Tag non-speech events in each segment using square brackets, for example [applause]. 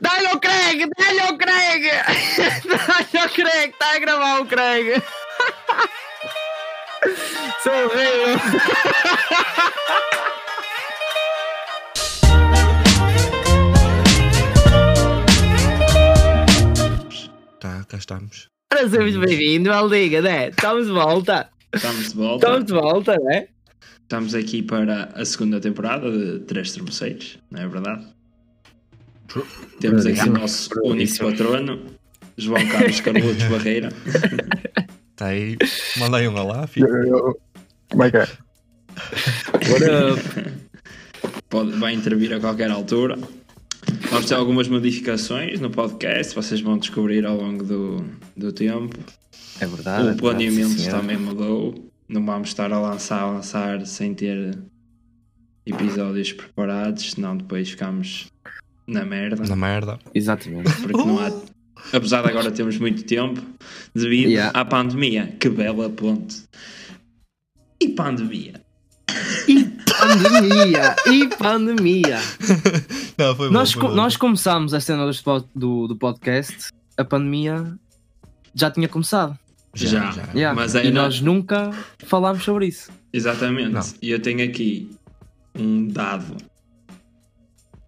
Dá-lhe ao Craig! Dá-lhe ao [laughs] Craig! Dá-lhe ao Craig! tá Está a gravar o Craig! [laughs] Sou rei! Tá, cá estamos. Ora, seja bem-vindo à Liga, né? Estamos de volta! Estamos de volta. Estamos de volta, né? Estamos aqui para a segunda temporada de Três Termoceiros, não é verdade? Temos aqui o nosso único patrono, João Carlos Carlutos Barreira. Tá aí. Manda aí um olá, filho. [laughs] Como é que é? Ora, Pode, vai intervir a qualquer altura. Vamos ter algumas modificações no podcast, vocês vão descobrir ao longo do, do tempo. É verdade. o planeamento também mudou. Não vamos estar a lançar, a lançar sem ter episódios preparados, senão depois ficamos na merda. Na merda. Exatamente. porque não há. Uh! Apesar de agora termos muito tempo, devido Yeah. à pandemia. Que bela ponte. E pandemia. pandemia! E pandemia! Não, foi bom. Nós, foi co- bom. nós começámos a cena dos pod- do, do podcast, a pandemia já tinha começado. Já. Yeah. Mas e ainda- nós nunca falámos sobre isso. Exatamente. Não. E eu tenho aqui um dado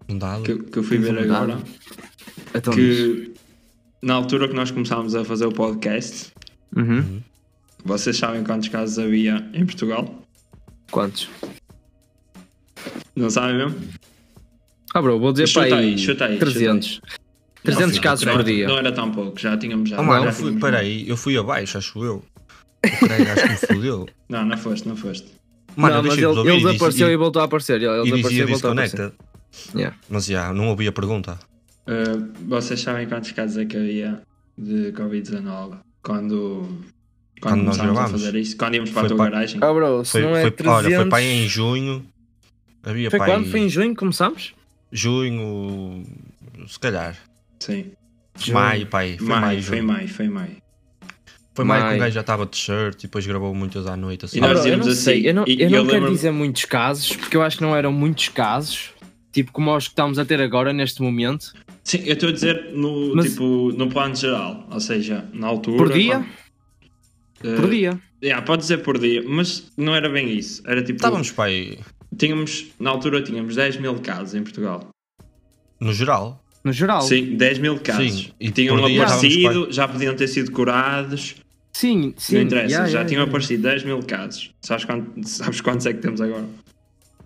Um dado. que, que eu fui Tens ver um dado? agora. Então, Que na altura que nós começámos a fazer o podcast, Uhum. vocês sabem quantos casos havia em Portugal? quantos? Não sabem mesmo? Ah, bro, vou dizer Chuta para aí, chuta aí, 300. 300 Não, casos Não, por dia. Não era tão pouco, já tínhamos já. Ah, mano, já eu fui, tínhamos- peraí, eu fui abaixo, acho eu. O Craig acho que me fodeu. Não, não foste, não foste. Mano, não, eu mas deixei de ele, ouvir ele e disse- desapareceu e voltou a aparecer. Ele e, e desapareceu dizia e voltou a aparecer. desconecta. Yeah. Mas já, não ouvi a pergunta. Uh, vocês sabem quantos casos é que havia de Covid-19 quando, quando, Quando nós começámos a gravámos? fazer isto? Quando íamos Foi para a tua pa- garagem? Ah, bro, se Foi, não é foi, 300... Olha, foi para aí em junho. Havia Foi para quando? aí Foi em junho que começámos? junho, se calhar. Sim. Maio, pai. Foi né? Maio, maio, foi junho. maio, foi maio. Foi maio que o Maio. gajo já estava de shirt e depois gravou muitas à noite. Assim. E Ah, nós bro, eu não dizíamos assim, sei, eu não, e- eu e não eu quero lembro- dizer muitos casos, porque eu acho que não eram muitos casos, tipo como os que estamos a ter agora, neste momento. Sim, eu estou a dizer no, Mas- tipo, no plano geral, ou seja, na altura. Por dia? quando- Por Uh, dia. yeah, pode dizer por dia, mas não era bem isso. Era tipo. Estávamos, pai, Tínhamos, na altura tínhamos 10 mil casos em Portugal. no geral. No geral. Sim, Sim, 10 mil casos. Sim, e tinham por dia estávamos, aparecido, já podiam ter sido curados. sim. não yeah, interessa, já yeah, tinham yeah. aparecido 10 mil casos. Sabes, quant- [laughs] sabes quantos é que temos agora?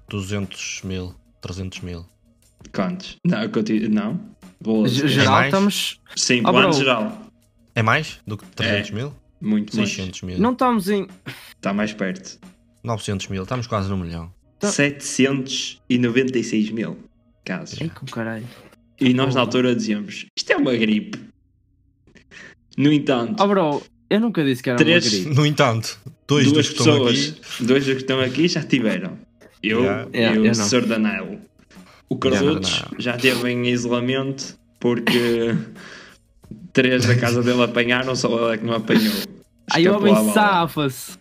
200 mil, 300 mil. Quantos? Não, eu conti- não. Bolas. Ge- Geral mais? estamos. Sim, Ah, plano bro. geral. É mais do que 300 mil? Muito É, mais. 600 mil? Não estamos em. Está Tá mais perto. 900 mil? Estamos quase no milhão. Tá. 796 mil casos. Ai, com caralho. E nós na altura dizíamos, isto é uma gripe. No entanto, Oh, bro, eu nunca disse que era Três- uma [laughs] gripe. No entanto, dois duas dos que estão pessoas, aqui. dois dos que estão aqui já tiveram. Eu Yeah. Yeah, É, e eu o não. Sr. Danilo. O Carlutos não, é já esteve em isolamento porque [laughs] três da casa dele apanharam, só ele é que não apanhou. Aí o Escapou homem à bala. safa-se.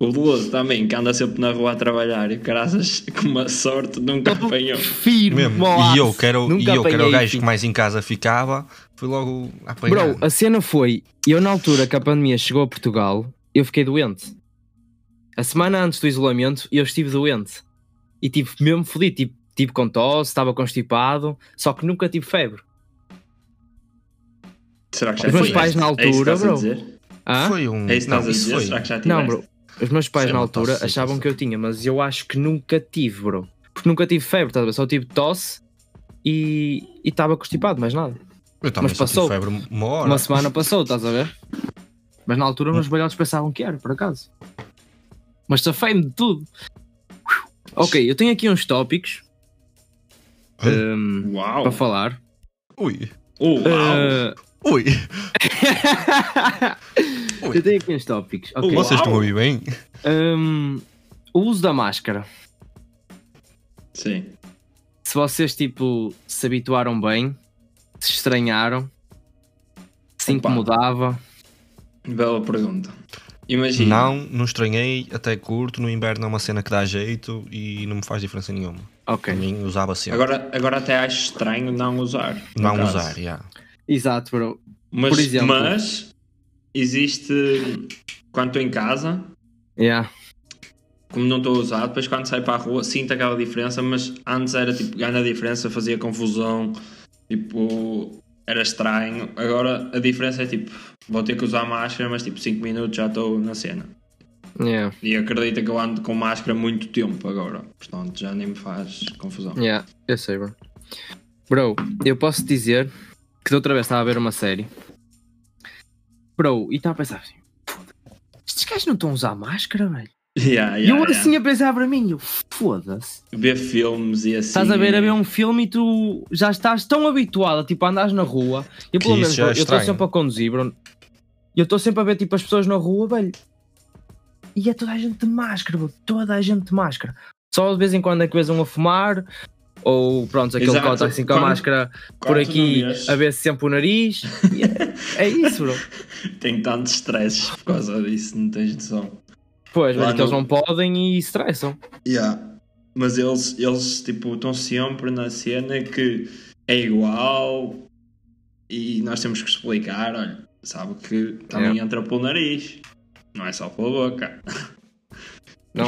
O Veloso também, que anda sempre na rua a trabalhar e o caraças, [laughs] com uma sorte, nunca apanhou. Firme. Mesmo. molaço. E eu, que era, o- e Nunca eu, que era o apanhei, gajo filho. que mais em casa ficava, fui logo apanhar. Bro, a cena foi, eu na altura que a pandemia chegou a Portugal, eu fiquei doente. A semana antes do isolamento, eu estive doente. E tive mesmo fodido, tipo, tive com tosse, estava constipado, só que nunca tive febre. Será que já Os meus pais tiveste? na é isso que altura, estás a bro. dizer? Hã? Foi né? um. É isso que não, estás a dizer? foi. Será que já Não, tiveste? bro. Os meus pais Sei na lá, altura tosse, achavam tosse. que eu tinha, mas eu acho que nunca tive, bro. Porque nunca tive febre, estás a ver? Só tive tosse e e estava constipado, mais nada. Eu também Mas só passou. tive febre uma hora. Uma semana passou, estás a ver? Mas na altura meus balhotes pensavam que era, por acaso. Mas safei-me de tudo. Ok, eu tenho aqui uns tópicos hum, Uau! para falar. Ui, Oh, uau! Uh, ui. Ui. eu tenho aqui uns tópicos. ok. Uau. Vocês estão a ouvir bem? Hum, o uso da máscara. Sim. Se vocês, tipo, se habituaram bem, se estranharam, se Opa. incomodava. Bela pergunta. Imagina. Não, não estranhei, até curto. No inverno é uma cena que dá jeito e não me faz diferença nenhuma. Para Uhum. Ok. mim, usava sempre. Agora, agora até acho estranho não usar. no não caso. usar, yeah. Exato, bro. Mas, Por exemplo. mas existe quando estou em casa, Yeah. como não estou a usar, depois quando saio para a rua sinto aquela diferença, mas antes era tipo, ganha a diferença, fazia confusão, tipo, era estranho. Agora a diferença é tipo, vou ter que usar máscara, mas tipo 5 minutos já estou na cena. Yeah. E acredita que eu ando com máscara muito tempo agora, portanto já nem me faz confusão. Yeah, eu sei, bro. Bro, eu posso dizer que da outra vez estava a ver uma série. Bro, e estava a pensar assim: "Foda, estes gajos não estão a usar máscara, velho. Yeah, E eu yeah, assim a pensar para mim, eu foda-se. yeah. Ver filmes e assim. Estás a ver a ver um filme e tu já estás tão habituado, tipo, a andares na rua. Eu pelo Que menos, isso já é bro, eu estou estranho. sempre a conduzir, bro. E eu estou sempre a ver, tipo, as pessoas na rua, velho. E é toda a gente de máscara, bro. Toda a gente de máscara. Só de vez em quando é que vês um a fumar. Ou pronto, aquele Exato. cota assim com a Quando- máscara por Quando tu aqui não vês, a ver sempre o nariz. E [laughs] é, é isso, bro. Tenho tantos stresses por causa disso, não tens noção. Pois, Lá velho, que eles no- não podem e estressam. Yeah. Mas eles, eles tipo, estão sempre na cena que é igual e nós temos que explicar, olha, sabe que também entra pelo nariz, não é só pela boca. Mas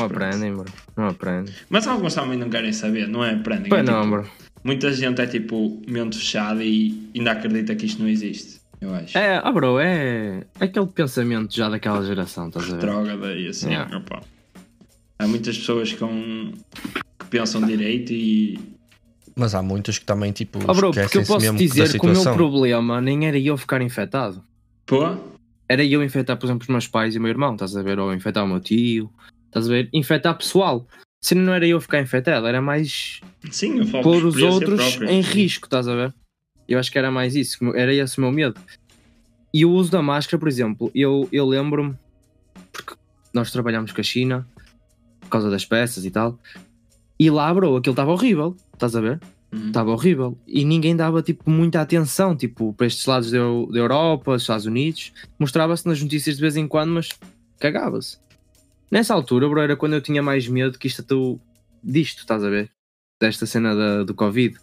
Não pronto. aprendem, bro. Não aprendem. Mas alguns também não querem saber, não é? Aprendem. Pois É, não, tipo, bro. Muita gente é tipo, mente fechada e ainda acredita que isto não existe, eu acho. É, ah, bro, é é aquele pensamento já daquela geração, estás a ver? Droga daí, assim, né? Yeah. opa. Há muitas pessoas com... que pensam direito e Mas há muitas que também, tipo, Ah, bro, porque eu esquecem-se posso mesmo da dizer que o meu situação. problema nem era eu ficar infectado. pô, Era eu infectar, por exemplo, os meus pais e o meu irmão, estás a ver? Ou infectar o meu tio, estás a ver? Infectar pessoal. Se não era eu ficar infectado, era mais sim, eu falo pôr por os experiência outros própria. em risco, estás a ver? Eu acho que era mais isso, que era esse o meu medo. E o uso da máscara, por exemplo, eu, eu lembro-me, porque nós trabalhámos com a China, por causa das peças e tal, e lá, bro, aquilo estava horrível, estás a ver? Uhum. Estava horrível. E ninguém dava, tipo, muita atenção, tipo, para estes lados da, Eu- da Europa, dos Estados Unidos. Mostrava-se nas notícias de vez em quando, mas cagava-se. Nessa altura, bro, era quando eu tinha mais medo que isto tu... disto, estás a ver? Desta cena da- do Covid.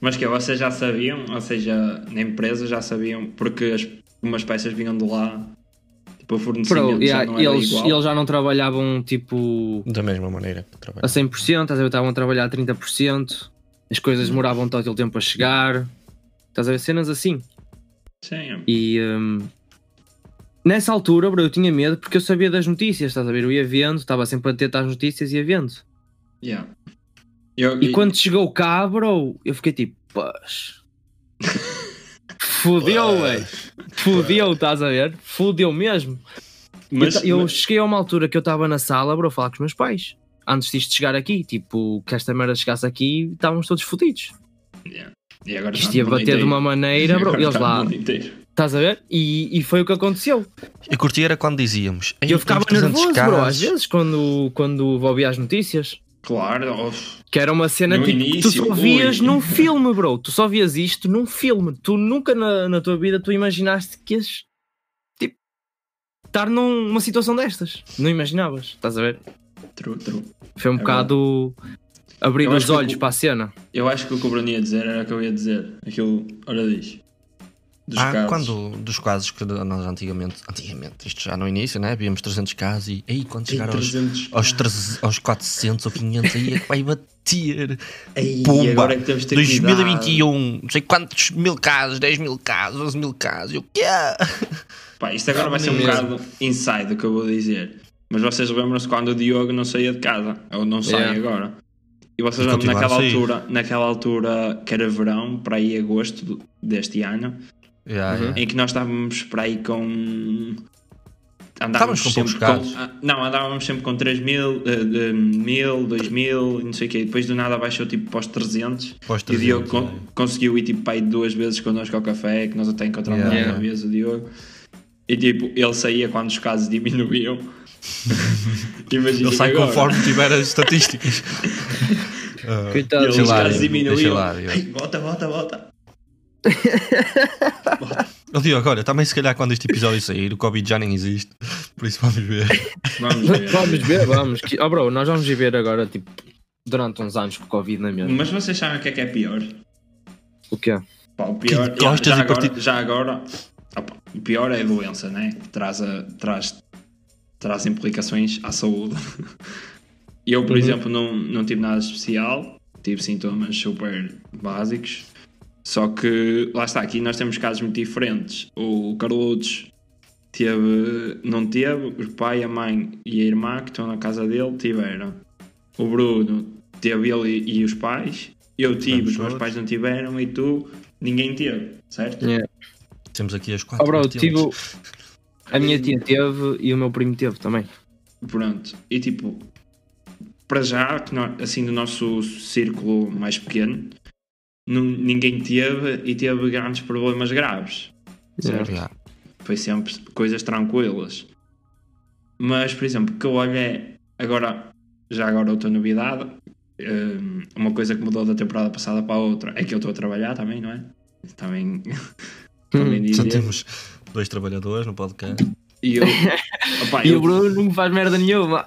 Mas que vocês já sabiam, ou seja, na empresa já sabiam, porque as, umas peças vinham de lá, tipo, o fornecimento Bro, já yeah, não era eles, igual. eles já não trabalhavam, tipo, Da mesma maneira que a trabalho. 100%, estás a ver? Estavam a trabalhar a 30%. As coisas Uhum. demoravam todo aquele tempo a chegar. Estás a ver? Cenas assim. Sim, E hum, nessa altura, bro, eu tinha medo porque eu sabia das notícias, estás a ver? Eu ia vendo, estava sempre atento às notícias e ia vendo. yeah. Eu- E quando chegou cá, bro, eu fiquei tipo, pás. Fudeu, ué. Fudeu, estás a ver? Fudeu mesmo. mas, eu, ta- eu mas- cheguei a uma altura que eu estava na sala, bro, a falar com os meus pais. Antes disto chegar aqui, tipo, que esta merda chegasse aqui, estávamos todos fodidos. yeah. E agora Isto está ia no bater de inteiro. uma maneira, bro. [laughs] Agora Eles está no lá, mundo inteiro. estás a ver? E, e foi o que aconteceu. E curti era quando dizíamos. E Assim, eu ficava nervoso, bro, às vezes, quando, quando ouvia as notícias. Claro, oh, Que era uma cena No tipo, que tu início, só vias ui. num filme, bro. Tu só vias isto num filme. Tu nunca na, na tua vida tu imaginaste que ias tipo, estar num- numa situação destas. Não imaginavas, estás a ver? true, true. Foi um É bocado abrir Eu os acho que olhos o- para a [laughs] cena. Eu acho que o que o Bruno ia dizer era o que eu ia dizer. Aquilo, ora diz. Dos Ah, casos. quando dos casos que nós antigamente, antigamente, isto já no início, né? Víamos 300 casos e aí quando Ei, chegar aos, 300. aos, 300, aos 400 ou 500, aí é que vai bater. Ei, Pumba. agora é que temos de ter cuidado. 2021, não sei quantos mil casos, 10 mil casos, 11 mil casos. Eu, yeah. Pá, isto agora vai ser um Mesmo. bocado inside o que eu vou dizer. Mas vocês lembram-se quando o Diogo não saía de casa, ou não sai Yeah. agora. E vocês E lembram continua a naquela sair. altura, naquela altura que era verão, para aí agosto do- deste ano, Yeah, Uhum. yeah. em que nós estávamos para aí com. Andávamos Estávamos com poucos casos. ah, Não, andávamos sempre com 3 mil, eh, de mil, 2 mil, e não sei o quê. E depois do nada baixou tipo para os 300. Pós E o 300, Diogo con- yeah. conseguiu ir tipo, para aí duas vezes connosco ao café, que nós até encontramos Yeah. lá uma vez o Diogo. E tipo, ele saía quando os casos diminuíam. [laughs] Imagina Ele sai agora. conforme tiver [laughs] as estatísticas. Ah, E Coitado, ele, Deixa os lá, casos Diogo, deixa diminuíam. lá, Diogo. Ei, Volta, volta, volta. Ele Diogo, olha, também se calhar quando este episódio sair, o Covid já nem existe, por isso vamos ver. Vamos Vamos ver. ver, vamos. Que- Oh, bro, nós vamos viver agora, tipo, durante uns anos com Covid na mesma. Mas vocês sabem o que é que é pior? O quê? Pá, o pior, Que gostas já, e agora, parti- já agora, opa, o pior é a doença, né? Que Traz, a- traz, traz implicações à saúde. [laughs] Eu, por Uhum. exemplo, não, não tive nada especial, tive sintomas super básicos. Só que, lá está, aqui nós temos casos muito diferentes. O Carlos teve, não teve, o pai, a mãe e a irmã que estão na casa dele tiveram. O Bruno teve ele e, e os pais. Eu tive, Tivemos os meus todos. pais não tiveram e tu, ninguém teve, certo? Yeah. Temos aqui as quatro. Oh, bro, vertentes. tive. A minha tia teve e o meu primo teve também. Pronto. E tipo, para já, que nó- assim, do nosso círculo mais pequeno, nu- ninguém teve e teve grandes problemas graves. Certo? Yeah. foi sempre coisas tranquilas. Mas, por exemplo, o que eu olho é agora, já agora outra novidade, hum, uma coisa que mudou da temporada passada para a outra é que eu estou a trabalhar também, não é? Também, [laughs] Hum, também Só dizer. temos dois trabalhadores no podcast. E [laughs] eu, opa, E eu o Bruno não me faz merda nenhuma.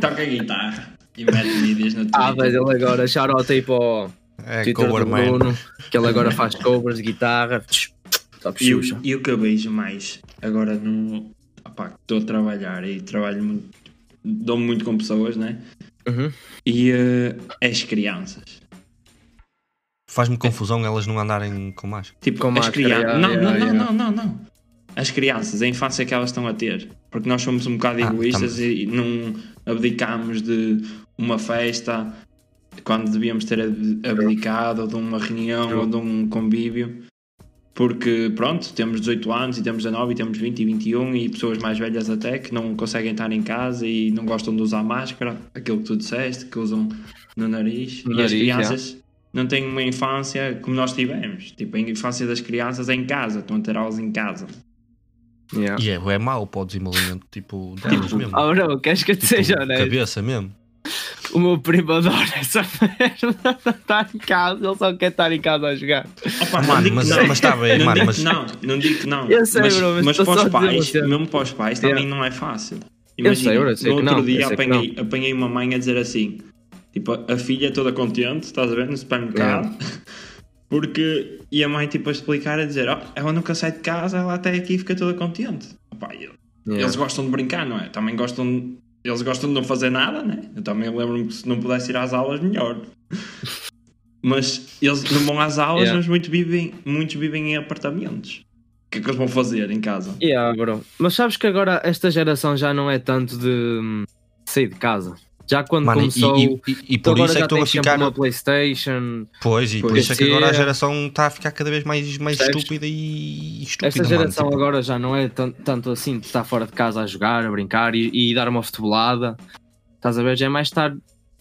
toco a guitarra e meto vídeos no [laughs] Ah, mas Twitter. ele agora charota aí para o É, Twitter do Coverman. Bruno, que ele agora faz covers de guitarra. Top E, o- Xuxa. e o que eu vejo mais agora no. Opa, que estou a trabalhar e trabalho muito. Dou-me muito com pessoas, né? Uhum. E eh, as crianças. Faz-me confusão elas não andarem com máscara. Tipo, Com as máscara, crianças. yeah, Não, yeah, não, não, yeah. não, não, não. As crianças, a infância que elas estão a ter. Porque nós somos um bocado Ah, egoístas e não abdicamos de uma festa quando devíamos ter ab- abdicado, ou de uma reunião, ou de um convívio. Porque, pronto, temos 18 anos e temos 19 e temos 20 e 21 e pessoas mais velhas até que não conseguem estar em casa e não gostam de usar máscara, aquilo que tu disseste, que usam no nariz. No e as nariz, yeah. crianças não têm uma infância como nós tivemos. Tipo, a infância das crianças é em casa, estão a ter aulas em casa. Yeah. E é, é mau para o desenvolvimento, tipo, delas mesmo. Oh, não, queres que eu te seja Tipo, honesto? cabeça mesmo. O meu primo adora essa [laughs] merda de estar em casa, ele só quer estar em casa a jogar. Opa, não Mano, digo mas, que não. mas está bem, [laughs] não, mano, digo mas que não, não digo que não. Eu sei, mas, bro, mas mas estou para só os a dizer pais, você. mesmo para os pais, Yeah. também não é fácil. Eu sei, bro, eu sei que no outro não, eu dia sei que apanhei, apanhei uma mãe a dizer assim: tipo, a filha toda contente, estás a ver, no supermercado. [laughs] Porque, e a mãe, tipo, a explicar, a dizer: ó, ela nunca sai de casa, ela até aqui e fica toda contente. Opa, eu, Eles Yeah. gostam de brincar, não é? Também gostam. Eles gostam de não fazer nada, né? Eu também lembro-me que se não pudesse ir às aulas, melhor. [laughs] Mas eles não vão às aulas, Yeah. mas muito vivem, muitos vivem em apartamentos. O que é que eles vão fazer em casa? Yeah, bro. Mas sabes que agora esta geração já não é tanto de hum, sair de casa. Já quando Mano, e, começou. e- e- e tu por agora isso é que já estou a tens sempre ficar. uma Playstation. Pois, e por Pois. isso é que agora a Sim. geração está a ficar cada vez mais, mais Percebes? estúpida e estúpida. Esta mano. geração Tipo, agora já não é tan- tanto assim de estar fora de casa a jogar, a brincar e, e dar uma futebolada. Estás a ver? Já é mais estar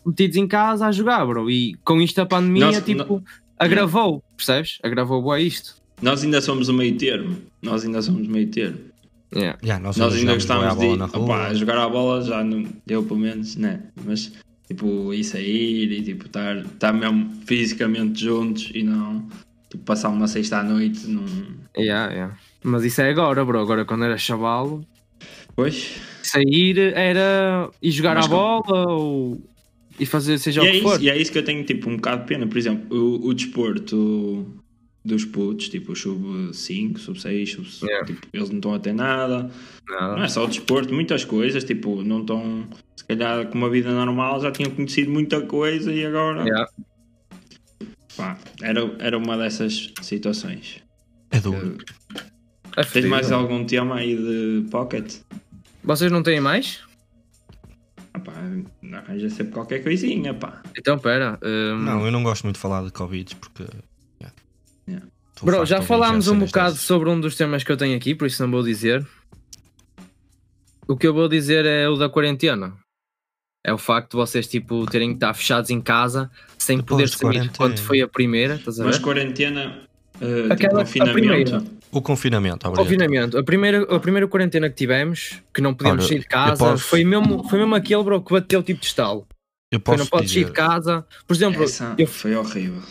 metidos em casa a jogar, bro. E com isto a pandemia, Nós- tipo, agravou, percebes? Agravou boa isto. Nós ainda somos o meio termo. Nós ainda somos meio termo. Yeah. yeah, nós Nós ainda jogamos bué à gostávamos de bola na rua. opá, jogar à bola, já não deu pelo menos, né? Mas tipo, ir sair e tipo, estar, estar mesmo fisicamente juntos e não tipo, passar uma sexta à noite num. Yeah, yeah. Mas isso é agora, bro. Agora quando era chavalo, Pois. sair era ir jogar Mas à com- bola ou e fazer seja E o é, que for. isso, e é isso que eu tenho tipo um bocado de pena. Por exemplo, o, o desporto dos putos, tipo o sub 5, sub 6, sub, Yeah. tipo, eles não estão a ter nada. Não Nada. é só o desporto, muitas coisas, tipo, não estão, se calhar com uma vida normal já tinham conhecido muita coisa e agora Yeah. pá, era, era uma dessas situações. É duro. É Tens fodido. mais algum tema aí de pocket? Vocês não têm mais? Ah, pá, arranja sempre qualquer coisinha, pá. Então pera. hum, Não, eu não gosto muito de falar de Covid porque. yeah, Yeah. tu Bro, faz já Covid, falámos um cenas bocado dessas. sobre um dos temas que eu tenho aqui, por isso não vou dizer. O que eu vou dizer é o da quarentena. É o facto de vocês tipo terem que estar fechados em casa sem Depois poder de sair quarentena. quando foi a primeira, estás a ver? Mas quarentena, eh, tipo, é? Aquela- a confinamento. primeira. O confinamento, obrigado. Confinamento. A primeira, a primeira quarentena que tivemos, que não podíamos Olha, sair de eu casa, posso- foi mesmo, foi mesmo aquele bro que bateu tipo de estalo. Eu Foi, não posso podes sair de dizer. casa. Por exemplo, Essa eu foi horrível.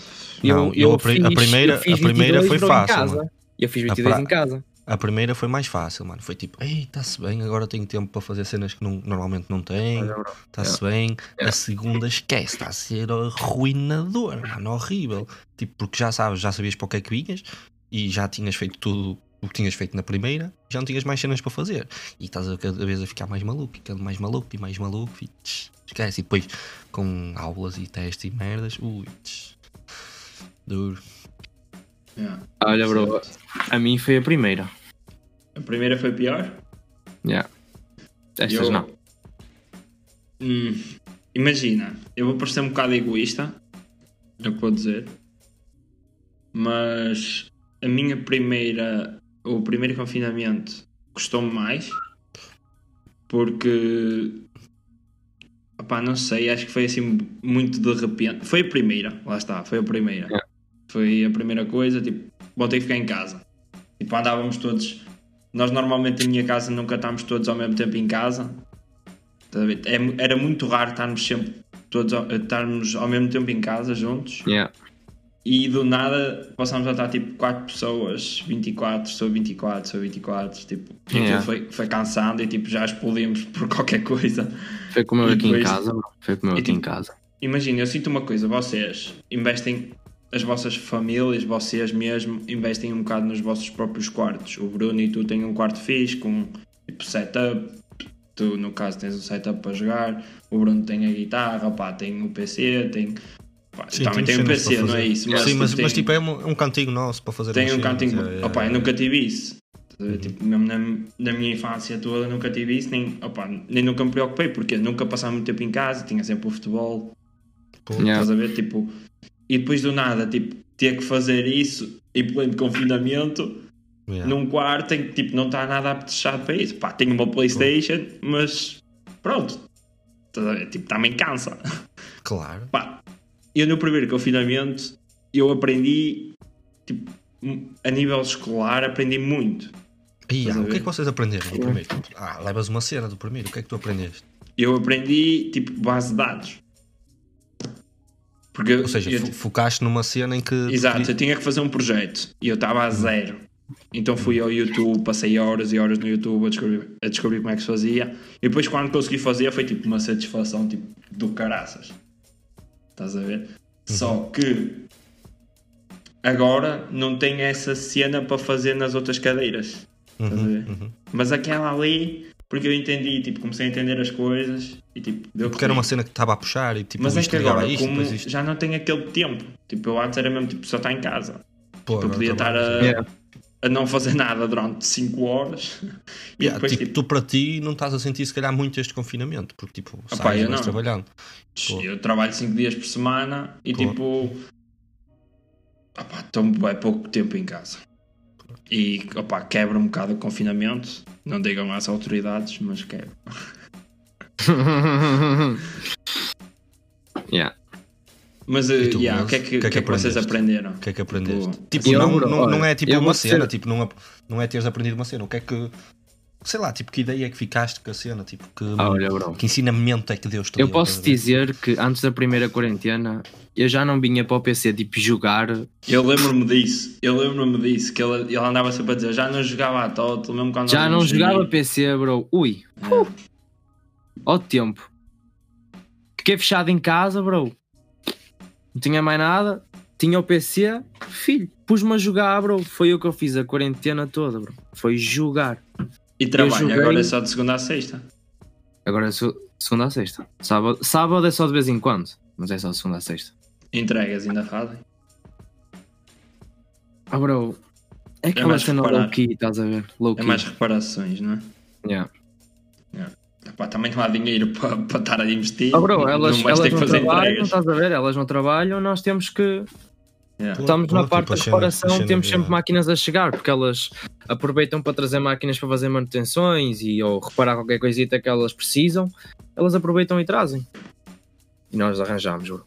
Não, eu a pri- a primeira- a primeira 22 foi em fácil, casa. mano. Eu fiz 22 pra- em casa. A primeira foi mais fácil, mano. Foi tipo, ei, está-se bem, agora tenho tempo para fazer cenas que não- normalmente não tenho. Está-se bem. A segunda esquece, está a ser arruinador, mano, horrível. Tipo, porque já sabes, já sabias para o que é que vinhas e já tinhas feito tudo o que tinhas feito na primeira, já não tinhas mais cenas para fazer. E estás a cada vez a ficar mais maluco, e ficando mais maluco e mais maluco e tch, esquece. E depois com aulas e testes e merdas, ui, tch, duro. Yeah. Olha, bro, a mim foi a primeira. A primeira foi pior? Estas Eu- não. Hum, imagina, eu vou parecer um bocado egoísta, é o que vou dizer, mas a minha primeira, o primeiro confinamento custou-me mais, porque, opá, não sei, acho que foi assim muito de repente, foi a primeira, lá está, foi a primeira, É. foi a primeira coisa, tipo, vou ter que ficar em casa, tipo, andávamos todos, nós normalmente na minha casa nunca estávamos todos ao mesmo tempo em casa, Estás a ver? É mu- era muito raro estarmos sempre todos ao, estarmos ao mesmo tempo em casa juntos Yeah. e do nada passámos a estar tipo 4 pessoas, 24, sou 24, sou 24, tipo, e aquilo Yeah. foi, foi cansando e tipo já explodimos [laughs] por qualquer coisa. Foi como eu E aqui em depois- casa, bro. Foi como eu E aqui em tipo- casa. Imagina, eu sinto uma coisa, vocês investem as vossas famílias, vocês mesmo investem um bocado nos vossos próprios quartos. O Bruno e tu têm um quarto fixe com tipo setup, tu no caso tens um setup para jogar, o Bruno tem a guitarra, pá, tem o PC, tem. pá, também tem cenas um PC, para não é fazer. isso? Sim, mas, tem- mas, tipo é um, é um cantinho nosso para fazer. tem umas um cenas, cantinho. é, é, Opa, é. eu nunca tive isso. Tipo, mesmo na, na minha infância toda, eu nunca tive isso, nem, opa, nem nunca me preocupei, porque eu nunca passava muito tempo em casa, tinha sempre o futebol, Yeah. [laughs] Estás a ver? Tipo, e depois do nada, tipo, ter que fazer isso em pleno confinamento Yeah. num quarto em que tipo, não está nada apetechado para isso. Pá, tenho uma Playstation, mas pronto. Estás a ver? Tipo, também cansa. Claro. Pá, eu no primeiro confinamento eu aprendi tipo, m- a nível escolar, aprendi muito. E, ah, Estás a o que é ver? que vocês aprenderam do primeiro? Ah, levas uma cena do primeiro, o que é que tu aprendeste? Eu aprendi tipo base de dados. Porque Ou seja, eu, fo- focaste numa cena em que. Exato, eu tinha que fazer um projeto e eu estava a zero. Então fui ao YouTube, passei horas e horas no YouTube a descobrir, a descobrir como é que se fazia. E depois, quando consegui fazer, foi tipo uma satisfação tipo, do caraças. Estás a ver? Uhum. Só que agora não tenho essa cena para fazer nas outras cadeiras. Uhum, Estás a ver? uhum. Mas aquela ali, porque eu entendi, tipo, comecei a entender as coisas e tipo, deu Porque era uma comigo. cena que estava a puxar e tipo, Mas é isto que agora, ligava a isto, como depois isto. já não tenho aquele tempo. Tipo, eu antes era mesmo tipo, só estar em casa Pô, então, tipo, eu agora podia estar trabalho. a, Yeah. a não fazer nada durante 5 horas [laughs] e Yeah, depois tipo, tipo, tu para ti não estás a sentir se calhar muito este confinamento, porque tipo, Ah, sais pá, eu e vais não. trabalhando. tu- tipo, eu trabalho 5 dias por semana e Claro. tipo opá, estou bem pouco tempo em casa e opá, quebra um bocado o confinamento não digam às autoridades mas quebra yeah. mas eh, tu, yeah, mas o que é que, o que é que que é que vocês aprenderam? O que é que aprendeste? Tipo, Tipo, eu, não, bro, não, não olha, é tipo eu uma vou cena, ser- tipo, não, ap- não é teres aprendido uma cena, o que é que. Sei lá, tipo, que ideia é que ficaste com a cena, tipo, que, Ah, olha, bro. que ensinamento é que Deus te Eu deu, posso estás a ver? dizer que antes da primeira quarentena eu já não vinha para o PC tipo jogar. Eu lembro-me disso, eu lembro-me disso, que ele, ele andava sempre a dizer, já não jogava à total, mesmo quando Já nós não íamos jogava sair." PC, bro. Ui, Uh. É. ó tempo. Fiquei fechado em casa, bro. Não tinha mais nada. Tinha o PC. Filho, pus-me a jogar, bro. Foi o que eu fiz a quarentena toda, bro. Foi jogar. E trabalho, joguei- agora é só de segunda a sexta. Agora é su- segunda a sexta. Sábado, sábado é só de vez em quando. Mas é só de segunda a sexta. Entregas ainda fazem. Ah, bro. É aquela mais cena reparar. low key, estás a ver? Low É key. mais reparações, não é? Yeah. Epá, também não há dinheiro para, [laughs] para estar a investir. Ah, bro, elas não não, elas vais ter que não fazer trabalham, tá- entregas. estás a ver? Elas não trabalham, nós temos que. Yeah. Estamos Pô, na tipo, parte da as cenas- as reparação, cenas, temos sempre yeah. máquinas a chegar, porque elas aproveitam para trazer máquinas para fazer manutenções e ou reparar qualquer coisita que elas precisam, elas aproveitam e trazem. E nós arranjamos, bro.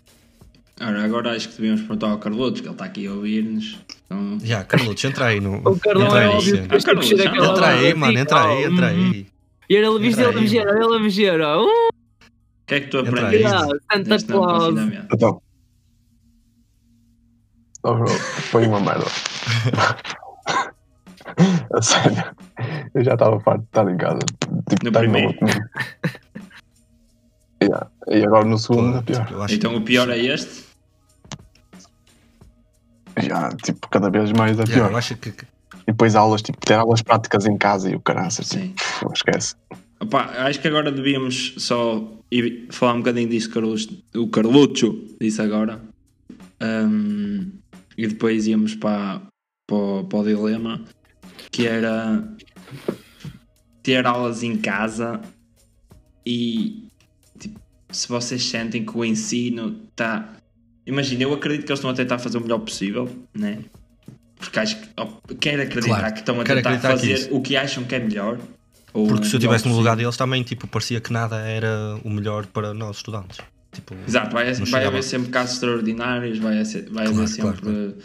Ora, agora acho que devíamos perguntar ao Carlotes, que ele está aqui a ouvir-nos. Então, Já, Carlos, entra aí no. [laughs] O Carlão entra é aí, óbvio que sim. depois tem que ser Entra daquela Entra aí, barra mano, entra aí, vertical. entra Hum. aí. E ele viste, Entra ele aí, me gera, ele me gera. Uh, o que é que tu Entra aprendeste aí. yeah, Santa neste novo Claus. confinamento? Então, Oh, bro, foi uma merda. [laughs] A sério. Eu já estava farto de estar em casa. Tipo, No estar primeiro. maluco mesmo. [laughs] Yeah. E agora no segundo é pior. Tipo, eu acho Então que- o pior é este? Já, tipo, cada vez mais é Yeah, pior. eu acho que que- E depois aulas, tipo, ter aulas práticas em casa e o caraças, Sim. tipo, pff, esquece. Opa, acho que agora devíamos só ir falar um bocadinho disso que o Carlos- o Carlucho disse agora. Ahm, e depois íamos para, para, o- para o dilema, que era ter aulas em casa e tipo, se vocês sentem que o ensino está. Imagina, eu acredito que eles estão a tentar fazer o melhor possível, né? Porque acho que. oh, quero acreditar Claro, que estão a quero tentar acreditar que fazer isso. o que acham que é melhor. porque se eu ou o melhor estivesse no possível. lugar deles também, tipo, parecia que nada era o melhor para nós estudantes. Tipo, Exato, vai, Não vai chegava. haver sempre casos extraordinários, vai, ser- vai Claro, haver sempre claro,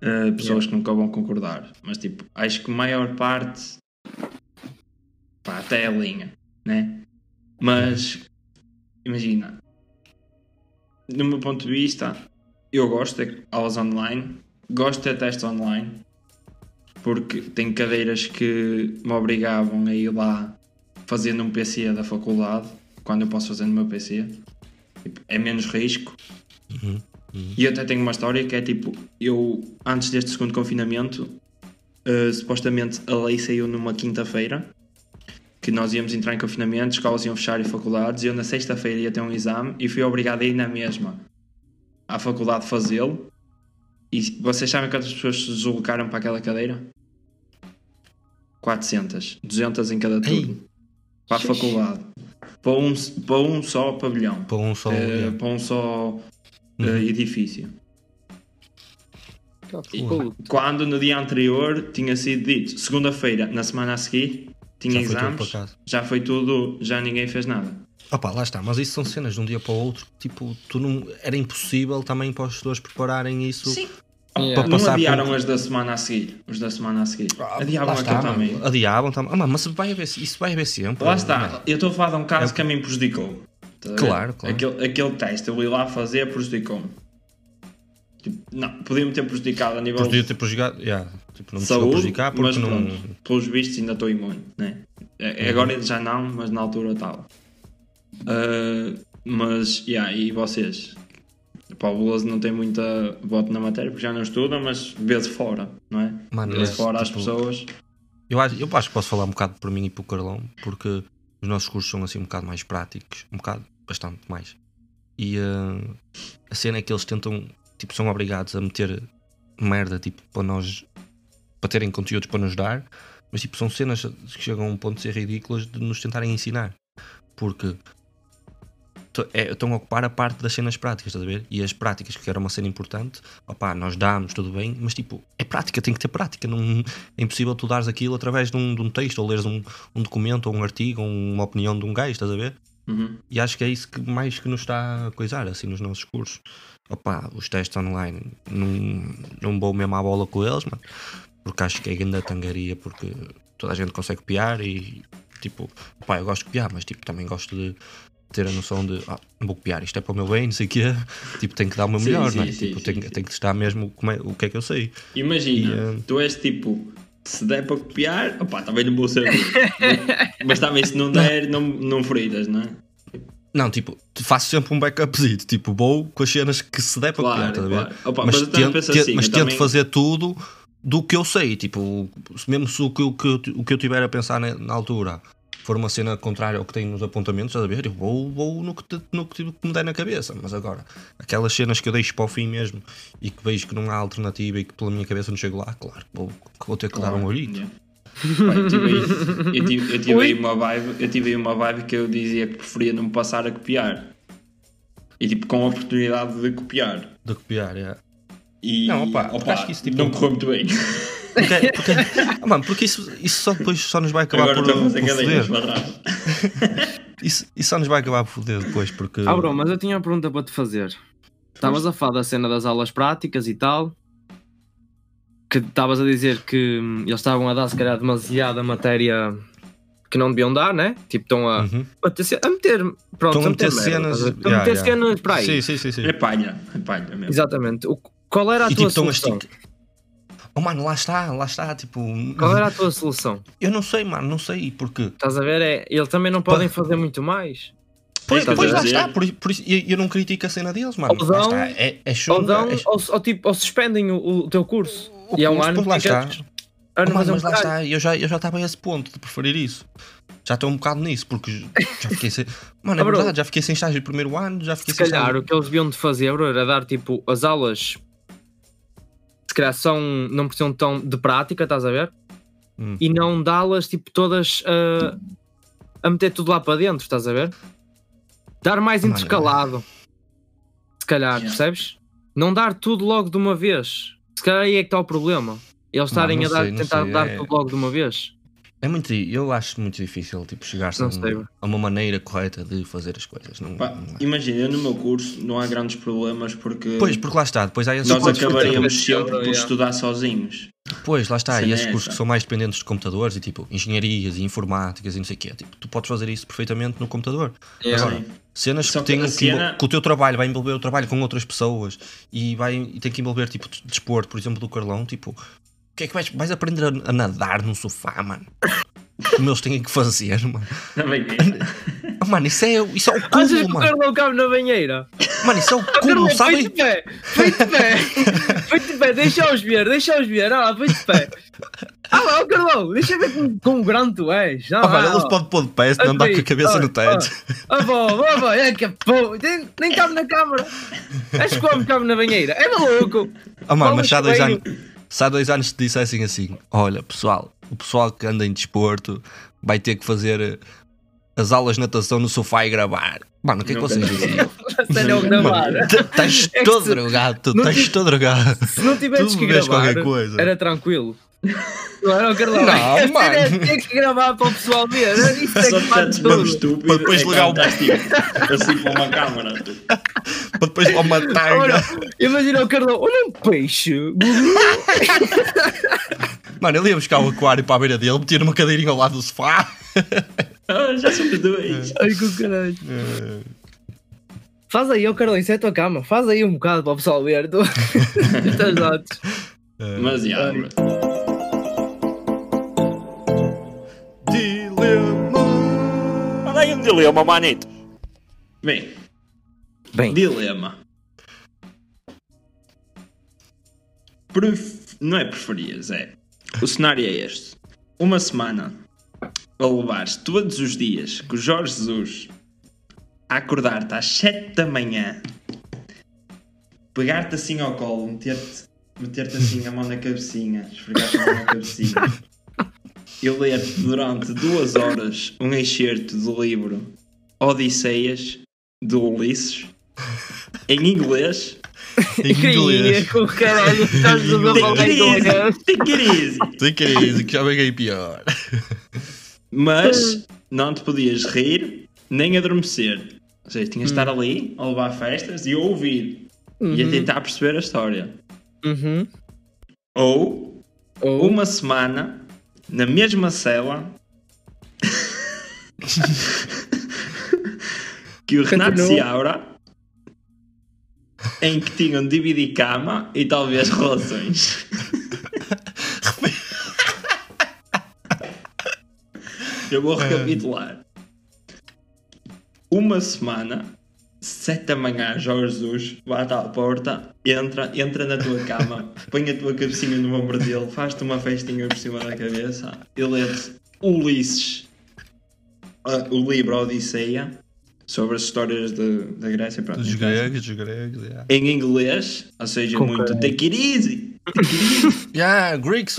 eh, pessoas que nunca vão concordar. Mas tipo, acho que a maior parte pá, até é a linha, né? Mas imagina, no meu ponto de vista, eu gosto de aulas online, gosto de testes online, porque tem cadeiras que me obrigavam a ir lá fazendo um PC da faculdade, quando eu posso fazer no meu PC. Tipo, é menos risco. Uhum, uhum. E eu até tenho uma história que é tipo, eu antes deste segundo confinamento, eh, supostamente a lei saiu numa quinta-feira, que nós íamos entrar em confinamento, escolas iam fechar e faculdades, e eu na sexta-feira ia ter um exame e fui obrigado a ir na mesma à faculdade fazê-lo. E vocês sabem quantas pessoas se deslocaram para aquela cadeira? 400, 200 em cada turno. Para a faculdade. Para um, para um só pavilhão. para um só. Eh, yeah. para um só eh, Uhum. edifício. Quando no dia anterior tinha sido dito, segunda-feira, na semana a seguir, tinha Já foi tudo exames, para casa. já foi tudo, já ninguém fez nada. Opa, lá está, mas isso são cenas de um dia para o outro. Tipo, tu não, era impossível também para os gestores prepararem isso. Yeah. Para Ah, Não passar adiaram por- as da semana a seguir. Os da semana a seguir. Ah, adiaram lá está, aquilo mano. também. Adiavam também. Ah, mano, mas vai haver, isso vai haver sempre. Lá mano. está, eu estou a falar de um caso É- que a mim prejudicou. Estás a ver? Claro, claro. Aquele, aquele teste eu ir lá fazer prejudicou-me. Tipo, não, podia-me ter prejudicado a nível Podia ter prejudicado. yeah, tipo, não me de chegou a saúde, prejudicar mas porque não. Uhum. pronto, pelos vistos ainda estou imune. Né? É- é Agora já não, mas na altura estava. Ah, mas, yeah, e vocês? Pá, o Bolas não tem muita voto na matéria porque já não estuda, mas vê-se fora, não é? Mano, Vê-se mas, fora às tipo, pessoas. Eu acho, eu acho que posso falar um bocado por mim e para o Carlão, porque os nossos cursos são assim um bocado mais práticos, um bocado, bastante mais. E eh, a cena é que eles tentam, tipo, são obrigados a meter merda, tipo, para nós, para terem conteúdos para nos dar, mas tipo, são cenas que chegam a um ponto de ser ridículas de nos tentarem ensinar, porque to- é- estão a ocupar a parte das cenas práticas, estás a ver? E as práticas, que era uma cena importante, opá, nós damos, tudo bem, mas tipo, é prática, tem que ter prática, não, é impossível tu dares aquilo através de um, de um texto, ou leres um, um documento, ou um artigo, ou uma opinião de um gajo, estás a ver? Uhum. E acho que é isso que mais que nos está a coisar, assim, nos nossos cursos. Opa, os testes online, não, não vou mesmo à bola com eles, mano, porque acho que é grande a tangaria, porque toda a gente consegue copiar e, tipo, opá, eu gosto de copiar, mas, tipo, também gosto de ter a noção de, ah, não vou copiar, isto é para o meu bem, não sei o quê, [laughs] tipo, tenho que dar o meu Sim, melhor, sim, não é? sim, tipo, sim, tenho, sim. tenho que estar mesmo como é- o que é que eu sei. E, Imagina, eh, tu és tipo, se der para copiar, opá, também não vou saber. [laughs] mas também se não der, não, não fritas, não é? Não, tipo, faço sempre um backupzito, tipo, vou com as cenas que se der para Claro, copiar, estás a claro. ver? Opa, mas mas eu tento, também penso tento- assim, mas eu tento também- fazer tudo do que eu sei, tipo, se mesmo se o que, o que, eu- o que eu tiver a pensar na, na altura for uma cena contrária ao que tem nos apontamentos, estás a ver? Eu vou, vou no, que, te- no que, tipo, que me der na cabeça, mas agora, aquelas cenas que eu deixo para o fim mesmo e que vejo que não há alternativa e que pela minha cabeça não chego lá, claro, que vou, que vou ter que dar um olhito. Yeah. Uhum. Pá, eu tive aí- eu tive- eu tive aí uma vibe- eu tive aí uma vibe que eu dizia que preferia não me passar a copiar. E tipo, com a oportunidade de copiar. De copiar, é. E, Não, opa, porque acho que isso, tipo, não correu muito bem. Porque, porque, [laughs] Ah, mano, porque isso, isso só depois só nos vai acabar Agora por, estou a fazer por cadeiras foder. para trás. Isso, isso só nos vai acabar por foder depois, porque. Ah, bro, mas eu tinha uma pergunta para te fazer. Estavas a falar da cena das aulas práticas e tal. Que estavas a dizer que hum, eles estavam a dar, se calhar, demasiada matéria que não deviam dar, né? Tipo, estão a, Uhum. a ter ce- a meter. Pronto, Estão a meter merda, cenas. estás a ver? Estão a Yeah, meter yeah. cenas para aí. Sim, sim, sim. sim. É palha, é palha mesmo. Exatamente. O que Qual era a E tipo, tua estão a solução? esticar. Oh mano, lá está, lá está, tipo. Qual era a tua solução? Eu não sei, mano, não sei, porque. Estás a ver? É, eles também não podem fazer muito mais. Pois, que pois lá dizer- está, por, i- por isso eu, eu não critico a cena deles, mano. Ou dão- lá está, é, é chunga, Ou dão, é- ou, ou tipo, ou suspendem o, o teu curso. o e há um curso, ano pois lá fica- está. Ah, Oh, não, mano, mas é um mas lá bocado. está, eu já, eu já estava a esse ponto de preferir isso. Já estou um bocado nisso, porque já fiquei [laughs] sem. Mano, é Ah, bro. verdade, já fiquei sem estágio no primeiro ano, já fiquei Se sem calhar estágio. o que eles deviam de fazer bro, era dar tipo as aulas se calhar são, não precisam tão de prática, estás a ver? Hum. E não dá-las tipo todas ah, a meter tudo lá para dentro, estás a ver? Dar mais Mano. intercalado, se calhar, Yeah. percebes? Não dar tudo logo de uma vez, se calhar aí é que está o problema. Eles estarem não a dar, sei, não tentar sei, dar é- tudo logo de uma vez. É muito, di- eu acho muito difícil tipo, chegar-se Não a, um- sei, bro. a uma maneira correta de fazer as coisas. Não, Pá, não é. imagina, eu no meu curso não há grandes problemas porque Pois, porque é lá está, depois há esses nós cursos que têm- acabaríamos têm- sempre por Yeah. estudar sozinhos. Pois, lá está, Cena e esses é cursos essa. que são mais dependentes de computadores e tipo engenharias e informáticas e não sei o quê, tipo, tu podes fazer isso perfeitamente no computador. É. Agora, Sim. cenas Só que, que têm a que, cena- que o teu trabalho vai envolver o trabalho com outras pessoas e, vai, e tem que envolver tipo de- desporto, por exemplo, do Carlão, tipo, o que é que vais, vais aprender a, a nadar num sofá, mano? [laughs] Como eles têm que fazer, mano. Na banheira. [laughs] Oh, mano, isso é, isso é o Achas que cúmulo, o mano. Carlão cabe na banheira? Mano, isso é o Carlão, cúmulo, foi de sabem? pé! Foi de [laughs] pé! Foi de pé, deixa-os ver, deixa-os ver, ah, foi de pé! Ah, lá, ó, Carlão, deixa ver com quão grande tu és! Ah, Oh, mano, lá, eles ó. podem pôr de pé, se não andar com a cabeça no teto. Ah, vó, vó, vó, é que é pô, nem, nem cabe na câmara! És como cabe na banheira, é maluco! Ah, mano, mas se há dois anos, Paulo se há dois anos te dissessem assim: olha, pessoal, o pessoal que anda em desporto vai ter que fazer eh, as aulas de natação no sofá e gravar. Mano, o que é que Nunca vocês vi. dizem? Se não gravar, Mano, tu- estás É que todo se- drogado, tu não estás tive- [laughs] todo drogado. se não tivesses Tu que bebes gravar, qualquer coisa. era tranquilo. Não era o Carlão, [laughs] Não, a cena é mano. ter que gravar para o pessoal ver, isso é Só que que faz tanto mesmo tudo! estúpido. Para depois é ligar o- [laughs] fantástico. Assim com uma câmara. tu. Para depois lá uma Olha, tanga. imagina o Carlão, olha um peixe! Mano, ele ia buscar o aquário para a beira dele, meter uma cadeirinha ao lado [laughs] do sofá. Ah, já somos dois. Ai, que caralho. Eh, Faz aí, ó Carlão, isso é a tua cama. Faz aí um bocado para o pessoal ver. Tu... Estás dados. eh. Mas já, bro. Dilema. Manda aí um dilema, manito. Bem, Bem. dilema. Pref- Não é preferias, é. O cenário é este. Uma semana a levares todos os dias com o Jorge Jesus a acordar-te às 7 da manhã, pegar-te assim ao colo, meter-te meter assim a mão na cabecinha, esfregar-te a mão na cabecinha. E ler-te durante duas horas um excerto do livro Odisseias do Ulisses em inglês. Em inglês. com o caralho. Estás a Inglês. falar em inglês. Take it easy. Sem crise, que já peguei pior. Mas não te podias rir nem adormecer. Ou seja, tinhas de estar ali a levar festas e a ouvir e a tentar perceber a história. Uhum. Ou Ou uma semana na [laughs] mesma cela que o Renato Continua. Seabra em que tinham de dividir cama e talvez relações. [laughs] Eu Ah. vou recapitular. Uma semana, sete da manhã, Jorge Jesus bate à porta, entra, entra na tua cama, põe a tua cabecinha no ombro dele, faz-te uma festinha por cima da cabeça e lê-te Ulisses, ah, o livro Odisseia, sobre as histórias de, da Grécia. Pronto, Dos Uhum. em gregos, dos gregos, yeah. em inglês, ou seja, muito take it easy. Yeah, Greeks,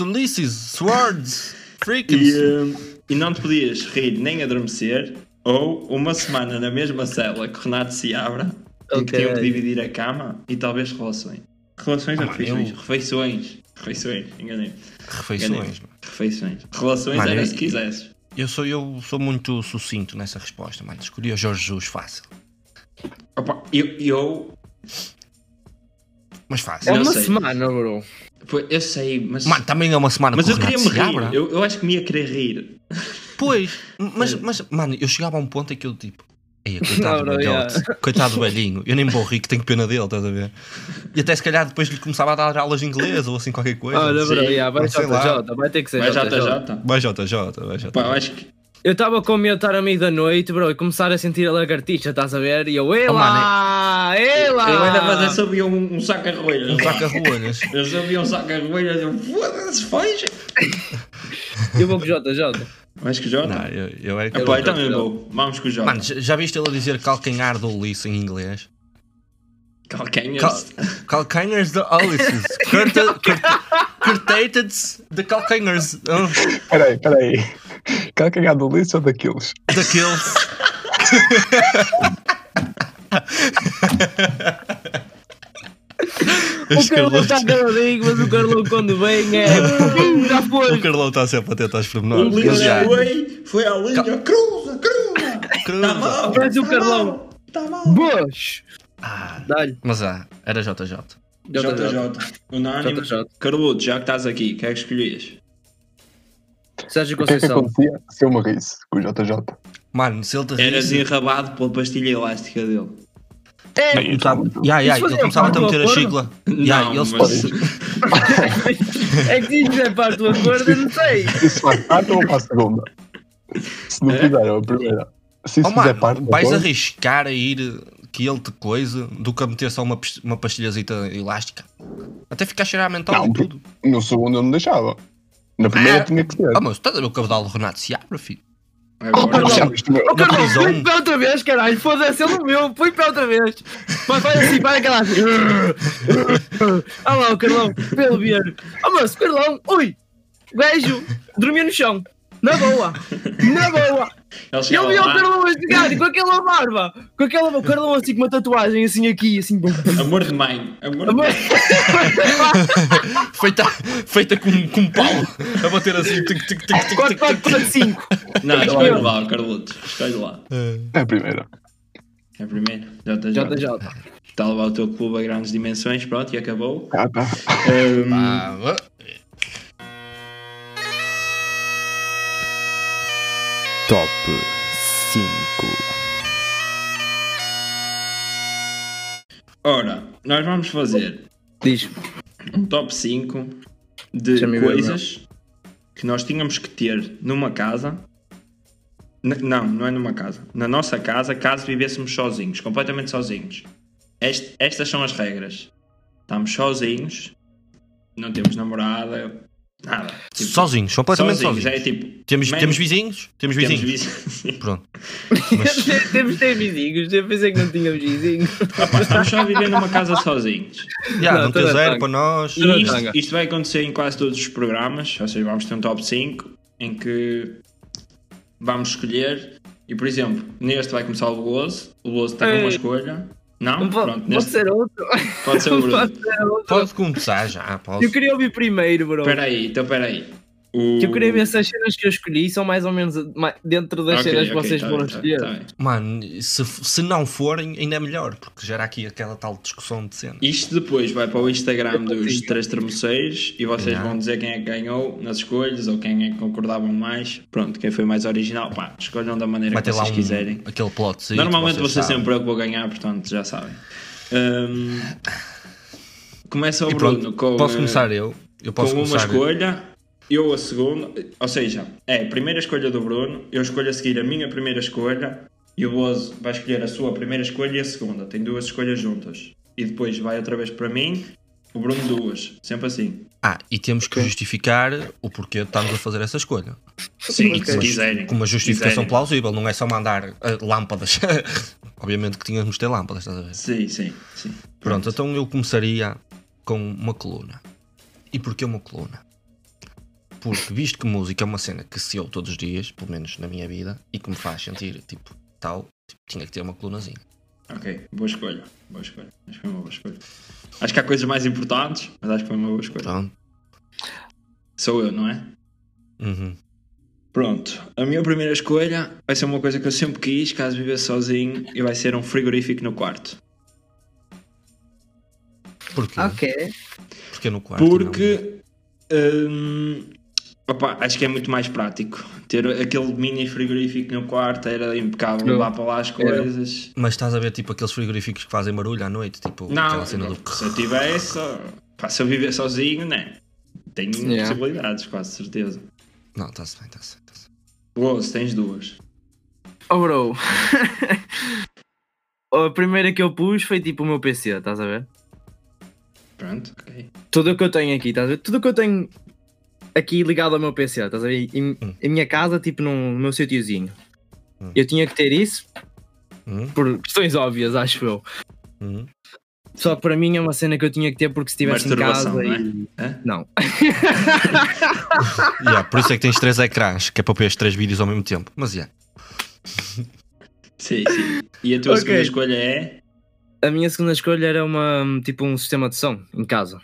[laughs] Ulysses, Swords, E, Freakins. hum, e não te podias rir nem adormecer, ou uma semana na mesma cela que o Renato se abra, em que Ok. tinham que dividir a cama e talvez relações. Relações Ah, ou mano, refeições? eu- Refeições. Refeições, enganei. Refeições. mano. Refeições. Relações Mano, é era eu- se quisesses. Eu sou, eu sou muito sucinto nessa resposta, mano. Escolhi o Jorge Jesus fácil. Opa, eu, eu, Mas é fácil. eu uma sei. semana, bro. pô, eu sei, mas. Mano, também é uma semana mas com o eu Renato queria me Seabra. rir. Eu, eu acho que me ia querer rir. Pois, mas, mas, mano, eu chegava a um ponto em que eu tipo. Ei, coitado, É. Não, do não, velhote. yeah. coitado do velhinho, eu nem morri rico, tenho pena dele, estás a ver? E até se calhar depois lhe começava a dar aulas de inglês ou assim qualquer coisa. Olha, sim, bro, yeah, vai sei lá. JJ, vai ter que ser Vai já, JJ. já, tá. Vai JJ, vai JJ. Pá, eu acho que. Eu estava com medo de estar amigo da noite, bro, e começar a sentir a lagartixa, estás a ver? E eu, ei Oh, lá, ei lá. Eu ainda fazer sabia um, um saco arroelho. Um saca-rolhas. Eu sabia um saco arroelho, eu foda-se, fecha. Eu vou com JJ. Mas que Jota. Não, eu, eu é que. Ah, pá, eu eu- também eu- vou. Vamos com o Jota. Mano, já já viste ele a dizer calcanhar do Ulisses em inglês? é Cal- Calcanhas. calcanhars do Ulisses. Curta- cur- Curtated de calcanhars. Oh, Peraí, peraí. Calcanhar do lixo ou daqueles? Daqueles. O Carlão está caladinho, mas o Carlão quando vem é. Pum, Já [laughs] O foi! Carlão está sempre atento aos O pormenores. Ele já- Lisa foi, é foi à linha. Cruza, cruza. Tá Cruza. mal. Mas o tá Carlão- mal, Tá mal. Boas! Ah, Dá-lhe. mas ah, era JJ. JJ. Unânime. JJ. Carluto, já que estás aqui, o que é que escolhias? Sérgio O que é que Conceição. acontecia se eu me risse com o JJ? Mano, se ele te É Eras risse. enrabado pela pastilha elástica dele. É, Não, eu tava- Ya, ya, Isso ele fazia começava a parte meter do a acordo? chicla. Ya, ele se- mas- [laughs] é que diz é para a tua corda, não sei. Isso faz parte ou para a segunda? Se não fizer, é a primeira. Se isso Oh, fizer mano, parte, vais depois, arriscar a ir que ele te coisa do que a meter só uma, pas- uma pastilhazita elástica. Até ficar a cheirar a mental Não, e tudo. no segundo eu não deixava. Na primeira Ah. tinha que ser. Ah, mas estás a ver o cabedal do Renato Seabra, filho? Agora, Já viste o meu? Ó Carlão, prisão. põe Oh, pé outra vez, caralho. Foda-se, ele meu, põe pé outra vez. Mas vai assim, vai aquela assim. [laughs] Olha lá o Carlão, pelo ver. Ah, mas o Carlão, ui, gajo, dormia no chão. Na boa, na boa. ele E chega eu vi o lá, Carlão a chegar e com aquela barba, com aquela o Carlão assim com uma tatuagem assim aqui, assim. bum, bum. Amor de mãe. Amor [laughs] de Amor, mãe. Feita, feita com, com um pau a bater assim. Tic, tic, tic, tic, tic. 4, 4, 4, 5. Não, escolhe lá, o Carluto. Escolhe lá. É a primeira. É primeiro. JJ. JJ. Está a levar o teu clube a grandes dimensões. Pronto, e acabou. Ah, tá. Ahm, Ah, ah. Top 5. Ora, nós vamos fazer Diz, um top 5 de Deixa-me ver o coisas que nós tínhamos que ter numa casa. N- não, não é numa casa. Na nossa casa, caso vivêssemos sozinhos, completamente sozinhos. Est- estas são as regras. Estamos sozinhos, não temos namorada, nada. Tipo, Sozinhos, completamente sozinhos, sozinhos. É tipo, Temos, Man- temos vizinhos? Temos temos vizinhos. [laughs] vizinhos. Pronto. Mas, temos de ter vizinhos. Eu pensei que não tínhamos vizinhos. Opa, estamos só a viver numa casa sozinhos. já, Não, não, toda tens a zero tanga. para nós. Toda a E isto, tanga. isto vai acontecer em quase todos os programas, ou seja, vamos ter um top 5 em que vamos escolher. E por exemplo, neste vai começar o Veloso. O Veloso tem Ei. uma escolha. Não? Não pode, Pronto, pode neste ser outro. pode [laughs] ser o Bruno. Pode ser outro. Pode começar já, posso. Eu queria ouvir primeiro, bro. Espera aí, então espera aí. O... Que Eu queria ver se as cenas que eu escolhi são mais ou menos ma- dentro das Ok, cenas que ok, vocês tá foram bem, tá bem, escolher. tá bem. Mano, se, se não forem, ainda é melhor, porque gera aqui aquela tal discussão de cena. Isto depois vai para o Instagram dos consigo. três termoceiros e vocês Yeah. vão dizer quem é que ganhou nas escolhas ou quem é que concordavam mais. Pronto, quem foi mais original. Pá, escolham da maneira Vai que ter lá vocês um, quiserem. aquele plot. sim, Normalmente que vou ser vocês sabem. sempre eu que vou ganhar, portanto já sabem. Hum, começa o E pronto, Bruno com, posso eh, começar eu? Eu com posso uma começar. escolha, eu a segunda, ou seja, é a primeira escolha do Bruno, eu escolho a seguir a minha primeira escolha e o Bozo vai escolher a sua primeira escolha e a segunda. Tem duas escolhas juntas. E depois vai outra vez para mim, o Bruno duas. Sempre assim. Ah, e temos que justificar o porquê estamos a fazer essa escolha. Sim, Ok. se quiserem. Com uma justificação quiserem. plausível, não é só mandar ah, lâmpadas. [laughs] Obviamente que tínhamos de ter lâmpadas, estás a ver? Sim, sim, sim. Pronto, então eu começaria com uma coluna. E porquê uma coluna? Porque visto que música é uma cena que se ouve todos os dias, pelo menos na minha vida, e que me faz sentir tipo tal, tipo, tinha que ter uma colunazinha. Ok, boa escolha. Boa escolha. Acho que foi uma boa escolha. Acho que há coisas mais importantes, mas acho que foi uma boa escolha. Pronto. Sou eu, não é? Uhum. Pronto, a minha primeira escolha vai ser uma coisa que eu sempre quis, caso vivesse sozinho, e vai ser um frigorífico no quarto. Porquê? Ok. tá Porquê no quarto? e não- Porque hum, Opa, acho que é muito mais prático. Ter aquele mini frigorífico no quarto era impecável Não. lá para lá as coisas. Mas estás a ver tipo aqueles frigoríficos que fazem barulho à noite, tipo Não, aquela cena do se eu tivesse, pá, se eu viver sozinho, né? Tenho Yeah. possibilidades, quase certeza. Não, está-se bem, está-se bem. tá-se bem. Ou se tens duas. Oh, bro. [laughs] a primeira que eu pus foi tipo o meu PC, estás a ver? Pronto, ok. Tudo o que eu tenho aqui, estás a ver? Tudo o que eu tenho aqui ligado ao meu PC, estás a ver? Hum. Em, em minha casa, tipo num- no meu sítiozinho. Hum. Eu tinha que ter isso Hum, por questões óbvias, acho eu. hum. Só que para mim é uma cena que eu tinha que ter porque se estivesse em casa. Masturbação, não é? e- Hã? Não. Yeah, por isso é que tens três ecrãs, que é para pôr os três vídeos ao mesmo tempo. Mas yeah. Sim, sim. E a tua [laughs] Ok. segunda escolha é. A minha segunda escolha era uma, tipo um sistema de som em casa.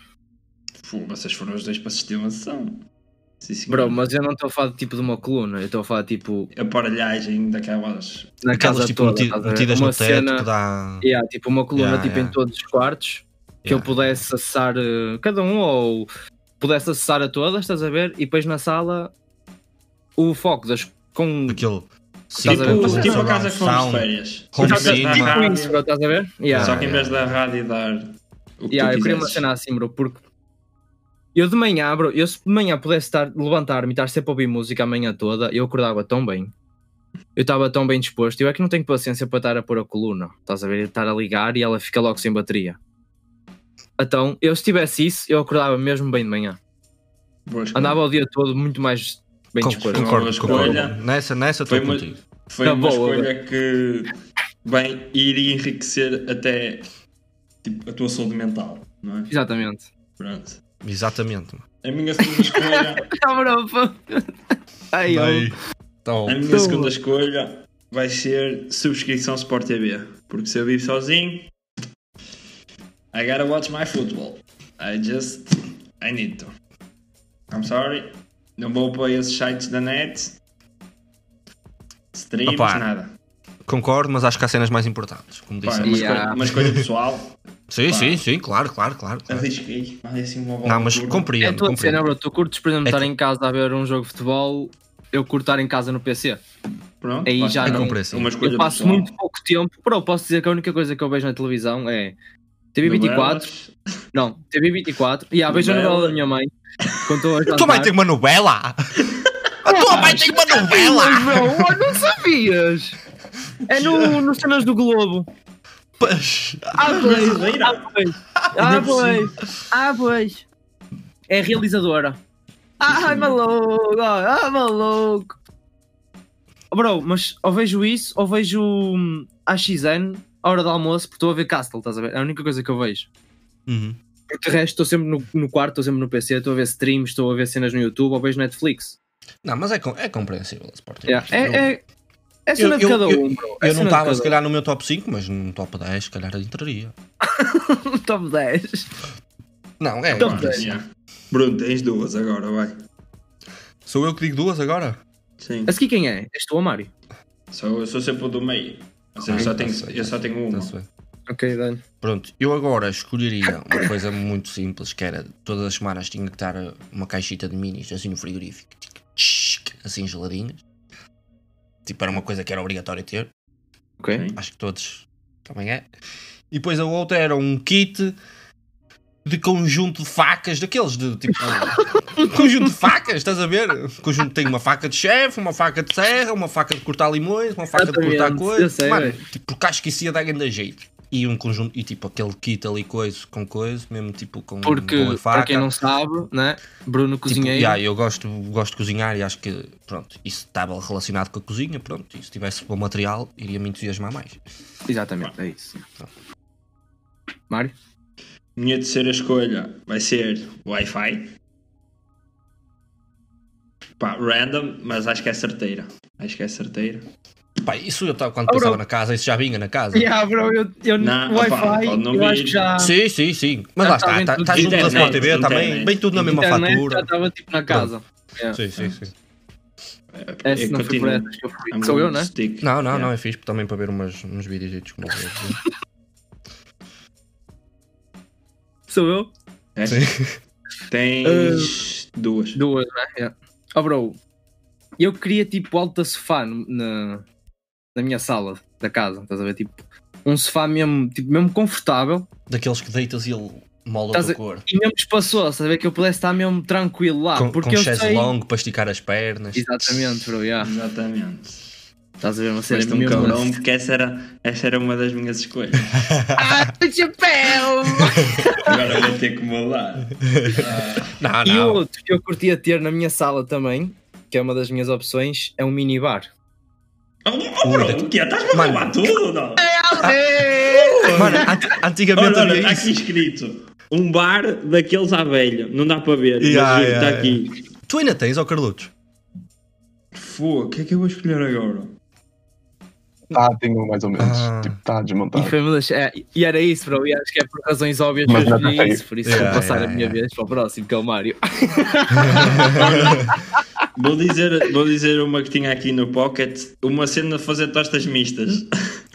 Pô, vocês foram os dois para sistema de som. Sim, sim. Uhum. Bro, mas eu não estou a falar tipo de uma coluna, eu estou a falar tipo Aparelhagem daquelas. na Aquelas casa tipo toda, meti- estás a ver? metidas uma no teto cena, que dá. yeah, tipo uma coluna Yeah, tipo yeah. em todos os quartos que eu Yeah. pudesse acessar eh, cada um ou pudesse acessar a todas, estás a ver? E depois na sala o foco das com Aquele. Estás a ver? Tipo, Mas tipo a surround casa que fomos de sound. férias. Home Só que em vez de cinema. dar tipo rádio- isso, bro, estás a ver? Yeah. Só que em Yeah, vez da rádio dar o que Yeah, tu eu queria uma quisesses. cena assim, bro, porque eu de manhã, bro, eu se de manhã pudesse estar, levantar-me e estar sempre a ouvir música a manhã toda, eu acordava tão bem. Eu estava tão bem disposto. Eu é que não tenho paciência para estar a pôr a coluna. Estás a ver? Estar a ligar e ela fica logo sem bateria. Então, eu se tivesse isso, eu acordava mesmo bem de manhã. Boa escolha. Andava o dia todo muito mais bem Com- disposto. Concordo, Boa concordo. escolha. Nessa, nessa Foi estou uma- contigo. Foi Tá uma boa, escolha que bem, iria enriquecer até tipo, a tua saúde mental, não é? Exatamente. Pronto. Exatamente. mano. A minha [laughs] segunda escolha, Ai, eu... Então, a minha Então- segunda escolha vai ser subscrição Sport TV. Porque se eu vivo sozinho, I gotta watch my football. I just I need to. I'm sorry. Não vou para esses sites da net. Streams, Opa. nada. concordo, mas acho que há cenas mais importantes, como Pá, disse. uma, Yeah. escolha, [laughs] uma escolha pessoal. Sim, pá. sim, sim, claro, claro, claro. claro. Arrisquei. Mandei assim uma bola Não, mas curva. É a compreendo, tua cena, compreendo. bro. Tu curtes, por exemplo, É estar que- em casa a ver um jogo de futebol, eu curto estar em casa no PC. Pronto, Aí lá já está. não- compreensível. Uma escolha eu passo pessoal. muito pouco tempo. Bro, posso dizer que a única coisa que eu vejo na televisão é TV24. Novelas. Não, TV24. E há vejo a Novela. novela da minha mãe. Quando estou a A [laughs] tua mãe jantar. tem uma novela! A tua mãe tem uma novela! Não, oh, não sabias! É no, no Cenas do Globo. Pois. Ah, pois! [laughs] Brasileira. Ah, pois! Ah, pois! Ah, pois! É realizadora. Ai, maluco! Ah, maluco! Bro, mas ou vejo isso, ou vejo hum, a XN, à hora do almoço, porque estou a ver Castle, estás a ver? É a única coisa que eu vejo. Uhum. Porque de resto estou sempre no, no quarto, estou sempre no PC, estou a ver streams, estou a ver cenas no YouTube, ou vejo Netflix. Não, mas é, com- é compreensível a Sport TV. Yeah, É, é, é cena Eu- de eu- cada eu- um, bro. É Eu cena não de estava, cada se calhar, no meu top 5, mas no top 10, se calhar, entraria. um. [laughs] Top 10. Não, é. Top mano. 10. Yeah. Bruno, tens duas agora, vai. Sou eu que digo duas agora? Sim. A seguir quem é? És tu ou Mário? Sou, eu sou sempre o do meio. Ou seja, eu, só Ah, tenho, tá certo. eu só tenho uma. Está-se bem. Ok, Dani. Pronto, eu agora escolheria uma coisa muito simples, que era todas as semanas tinha que estar uma caixita de minis assim no frigorífico, tic, tchic, assim geladinhas. Tipo, era uma coisa que era obrigatório ter, Ok. Ok. acho que todos também é. E depois a outra era um kit de conjunto de facas, daqueles [laughs] de tipo. um conjunto de facas, estás a ver? O conjunto tem uma faca de chefe, uma faca de serra, uma faca de cortar limões, uma faca de cortar Exatamente, eu coisas. sei, Mano, velho. tipo, porque acho que isso ia dar grande jeito. E um conjunto, e tipo aquele kit ali, coisa com coisa, mesmo tipo com, Porque, com a faca. para quem não sabe, né? Bruno Tipo, Cozinheiro. yeah, eu gosto, gosto de cozinhar e acho que, pronto, isso estava relacionado com a cozinha, pronto, e se tivesse bom material, iria me entusiasmar mais. Exatamente, é isso. Mário? Minha terceira escolha vai ser Wi-Fi. Pá, random, mas acho que é certeira. Acho que é certeira. Pá, isso eu estava quando Oh, pensava bro. na casa, isso já vinha na casa. Yeah, bro, eu, eu Não, Wi-Fi, opa, pode não eu vir. acho que já. Sim, sim, sim. Mas Já está lá está, bem está tudo tá junto da internet, Sport TV também, internet. bem tudo na mesma internet já fatura. estava tipo na casa. Yeah. Sim, sim, sim. É, Essa não foi por continuo. essas que eu fui. I'm Sou eu, gonna né? stick. Não, não, Yeah. não, é fixe também para ver umas, uns vídeos aí como eu digo. Sou eu? Tens duas. Duas, né? Yeah. Oh, bro, eu queria tipo alta sofá no- na, na minha sala da casa, estás a ver? Tipo, um sofá mesmo, tipo, mesmo confortável Daqueles que deitas e ele molda Estás a a- tua cor. e mesmo espaçoso, estás a ver? Que eu pudesse estar mesmo tranquilo lá. com Ah, porque com eu chaise sei... longo para esticar as pernas. Exatamente, bro, yeah. Exatamente. Estás a ver? Uma série Foste um mesmo. assim. cabrão porque essa era, essa era uma das minhas escolhas. Ah, o chapéu! Agora vou ter que mudar. Ah, Não, E não. outro que eu curtia ter na minha sala também, que é uma das minhas opções, é um minibar. oh, bro, o que é? Estás-me a Mano. roubar tudo ou não? Mano, an- [laughs] antigamente Olha, olha, havia está é isso. aqui escrito. Um bar daqueles à velha. Não dá para ver. Yeah, mas está yeah, aqui. Tu ainda tens, ó Carlutos? Fô, o que é que eu vou escolher agora? Ah, tenho mais ou menos. Ah. Tipo, está E, desmontado. foi uma das- é, e era isso, bro. E acho que é por razões óbvias que eu Mas não escolhi sei. isso. Por isso Yeah, vou passar yeah, a minha yeah. vez para o próximo, que é o Mário. Vou dizer, vou dizer uma que tinha aqui no pocket. Uma cena de fazer tostas mistas.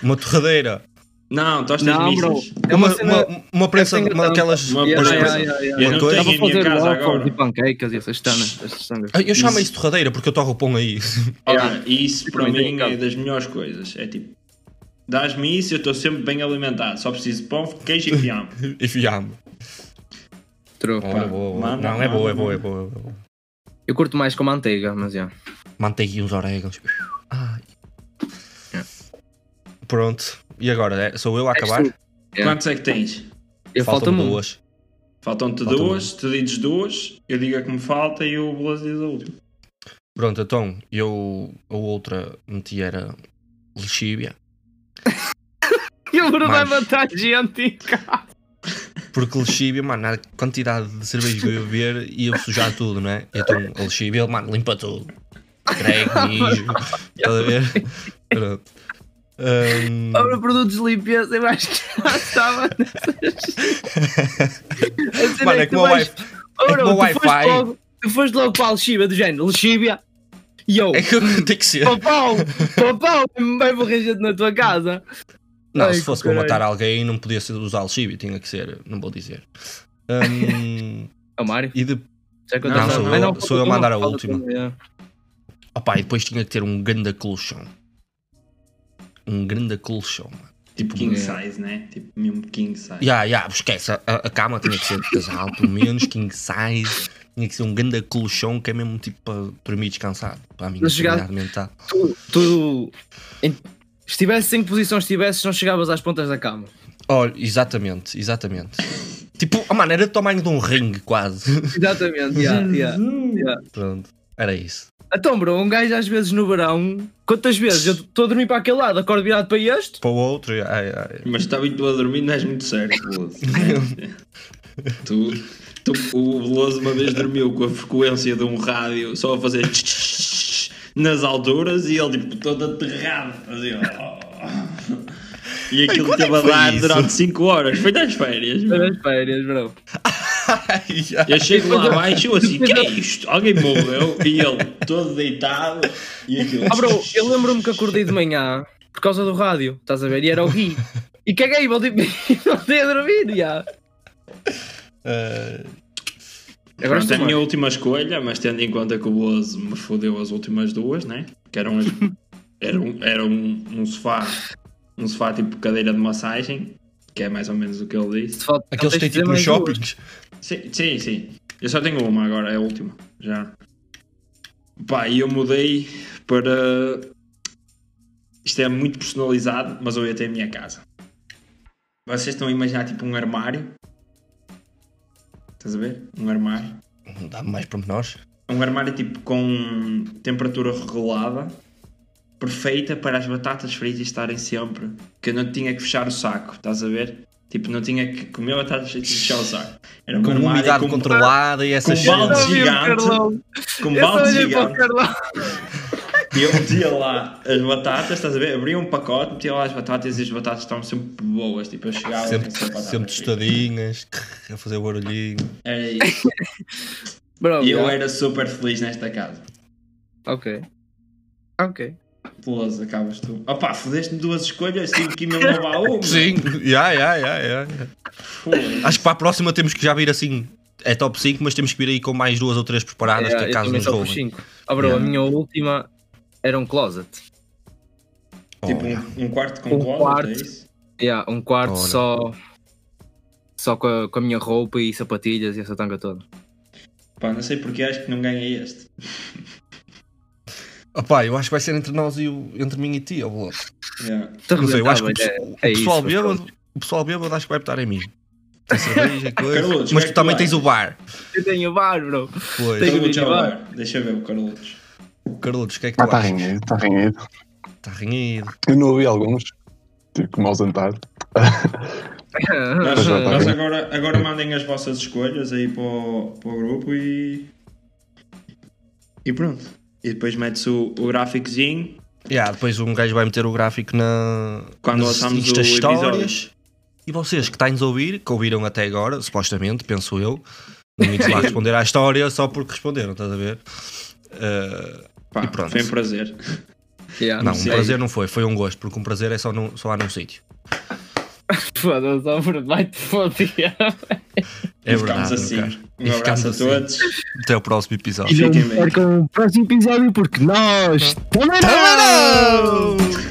Uma torradeira. Não, tostas Não, bro. mistas. É uma cena- uma, uma prensa, tenho então uma tanto. daquelas. Uma Yeah, das prensa. yeah, coisas- yeah, yeah. Eu não coisa- Estava tenho em a fazer minha casa agora. waffles e pancakes e essas cenas. Essas cenas. Ah, Eu chamo isso torradeira porque eu torro o pão aí. [laughs] Olha, isso para Também tenho em mim casa. é das melhores coisas. É tipo, dás-me isso, eu estou sempre bem alimentado. Só preciso de pão, queijo [laughs] e fiambre. E fiame. True. Boa, boa, boa. manda, Não, é boa, é manda, boa, é boa. é boa. Eu curto mais com manteiga, mas já. Manteiga e uns orégãos. Ai. Pronto. E agora? É- Sou eu a acabar? É. Quantos é que tens? Eu um. falta Faltam-me muito. duas. Faltam-te Faltam um. duas, tu dizes duas, eu digo a que me falta e o Bolas diz a última. Pronto, então eu a outra meti era [laughs] lexíbia. Eu não vai Mas- matar gente. Porque lexíbia, mano, a quantidade de cerveja que eu ia beber ia sujar tudo, não é? Então a lexíbia, mano, limpa tudo. [laughs] Creio, mijo. Estás a ver? Pronto. Ahm, Para produtos de limpeza, eu acho que já estava nessas. A cena mano, é que tu como a vais- wife. Oh, é não, como o tu Wi-Fi. foste logo- Tu foste logo para a Lexíbia, do género, Lexíbia, e eu, É que tem que ser. papão, papão, vai morrer gente na tua casa. Não, Ai, se fosse para caralho. matar alguém, não podia ser usar lexíbia, tinha que ser, não vou dizer. [laughs] Ahm, É o Mário, e de, já que Não, sou eu- sou eu a mandar a última. opa, e depois tinha que ter um grande colchão. Um grande colchão. mano. Tipo king size, né? Tipo mesmo king size. Ya, ya, esquece, é. a, a cama tinha que ser de casal, pelo menos, king size. Tinha que ser um grande colchão que é mesmo tipo para dormir descansado, para a minha Mas chegar- sanidade mental. Tu, tu em, estivesse em que posição estivesse, não chegavas às pontas da cama. Olha, exatamente, exatamente. tipo, oh, mano, era do tamanho de um ringue quase. [laughs] Exatamente, yeah, yeah. Pronto, era isso. Então, bro, um gajo às vezes no verão, quantas vezes eu estou a dormir para aquele lado, acordo virado para este? Para o outro, ai, ai. Mas está muito a dormir, não és muito certo, Bolas. [laughs] tu, tu- o Bolas uma vez dormiu com a frequência de um rádio só a fazer nas alturas e ele tipo todo aterrado. Fazia. oh. E aquilo quando é teve que a foi dar isso? durante 5 horas. Foi das férias. meu. Nas férias, bro. ai, ai. Eu chego lá abaixo eu assim, que é isto? Alguém morreu e ele todo deitado e aquilo. Ah, bro, eu lembro-me que acordei de manhã por causa do rádio, estás a ver? E era o Gui. E caguei, voltei, [laughs] voltei a dormir, já. Ah, Agora Pronto, estou a minha mal. última escolha, mas tendo em conta que o Boas me fodeu as últimas duas, né? Que eram as- era um, era um, um sofá, um sofá tipo cadeira de massagem, que é mais ou menos o que ele disse. Falta- Aqueles que tens têm de fazer tipo mais nos duas. shoppings. Sim, sim, sim. Eu só tenho uma agora, é a última. Já. Pá, e eu mudei para. Isto é muito personalizado, mas eu ia ter a minha casa. Vocês estão a imaginar tipo um armário? Estás a ver? Um armário. Não dá mais pormenores. Um armário tipo com temperatura regulada, perfeita para as batatas fritas estarem sempre. Que eu não tinha que fechar o saco, estás a ver? Tipo, não tinha que comer batatas fritas e fechar o saco. Era um Com armário umidade com- controlada e essas com Eu cenas. baldes. só vi o Gigante. Carlão. um com Eu só balde olhei para o gigante. Carlão. E eu metia lá as batatas, estás a ver? Abria um pacote, metia lá as batatas e as batatas estavam sempre boas. Tipo, eu chegava Sempre, tinha batatas sempre fritas. tostadinhas, a fazer o barulhinho. [laughs] Era isso. Bro, E eu é já. era super feliz nesta casa. Ok. Ok. Peloso, acabas tu. Opá, fodeste-me duas escolhas, tive que ir mesmo roubar uma. Sim, ya, ya, ya, ya. Foda-se. Acho que para a próxima temos que já vir assim é top 5, mas temos que vir aí com mais duas ou três preparadas Ah, que eu a casa também nos só pus roubem. cinco. Ah, bro, Yeah. a minha última era um closet. Oh, Tipo yeah. um, um quarto com Um closet, quarto. é isso? Yeah, um quarto Ora. só só com a, com a minha roupa e sapatilhas e essa tanga toda. Pá, não sei porque acho que não ganhei este. Opá, eu acho que vai ser entre nós e o, entre mim e ti, ó, Bloco. Yeah. Não sei, eu acho que o, Arrebentável, pesso- é o isso, pessoal mas bêbado, o pessoal bêbado acho que vai votar em mim. Tem cerveja, coisa. Carlos, mas vai tu também que tens vai. o bar. é. Eu tenho bar, bro. Pois. Tenho- Carlutos de ao bar. ar. Deixa eu ver o Carlutos. Carlos, o que é que tu Ah, está achas? Tá renhido, está renhido. Está renhido. Eu não ouvi alguns. tipo, Tive que me ausentar. Nós, já tá nós bem. agora, agora mandem as vossas escolhas aí para o, para o grupo e. E pronto. E depois metes o, o gráficozinho. Yeah, depois um gajo vai meter o gráfico na Quando nas lançamos o Insta episódio. Stories. E vocês que têm nos a ouvir, que ouviram até agora, supostamente, penso eu, não iam lá responder à história só porque responderam, estás a ver? Eh, Pá, E pronto. Foi um prazer. Yeah. não, um sei. prazer não foi, foi um gosto, porque um prazer é só, num, só há num sítio. Foda-se, ó, Bruno, vai-te foder. É e ficamos verdade. assim. meu caro. E Um abraço a ficamos assim. todos. Até ao próximo um episódio. Fiquem bem. o próximo episódio porque nós também Tchau!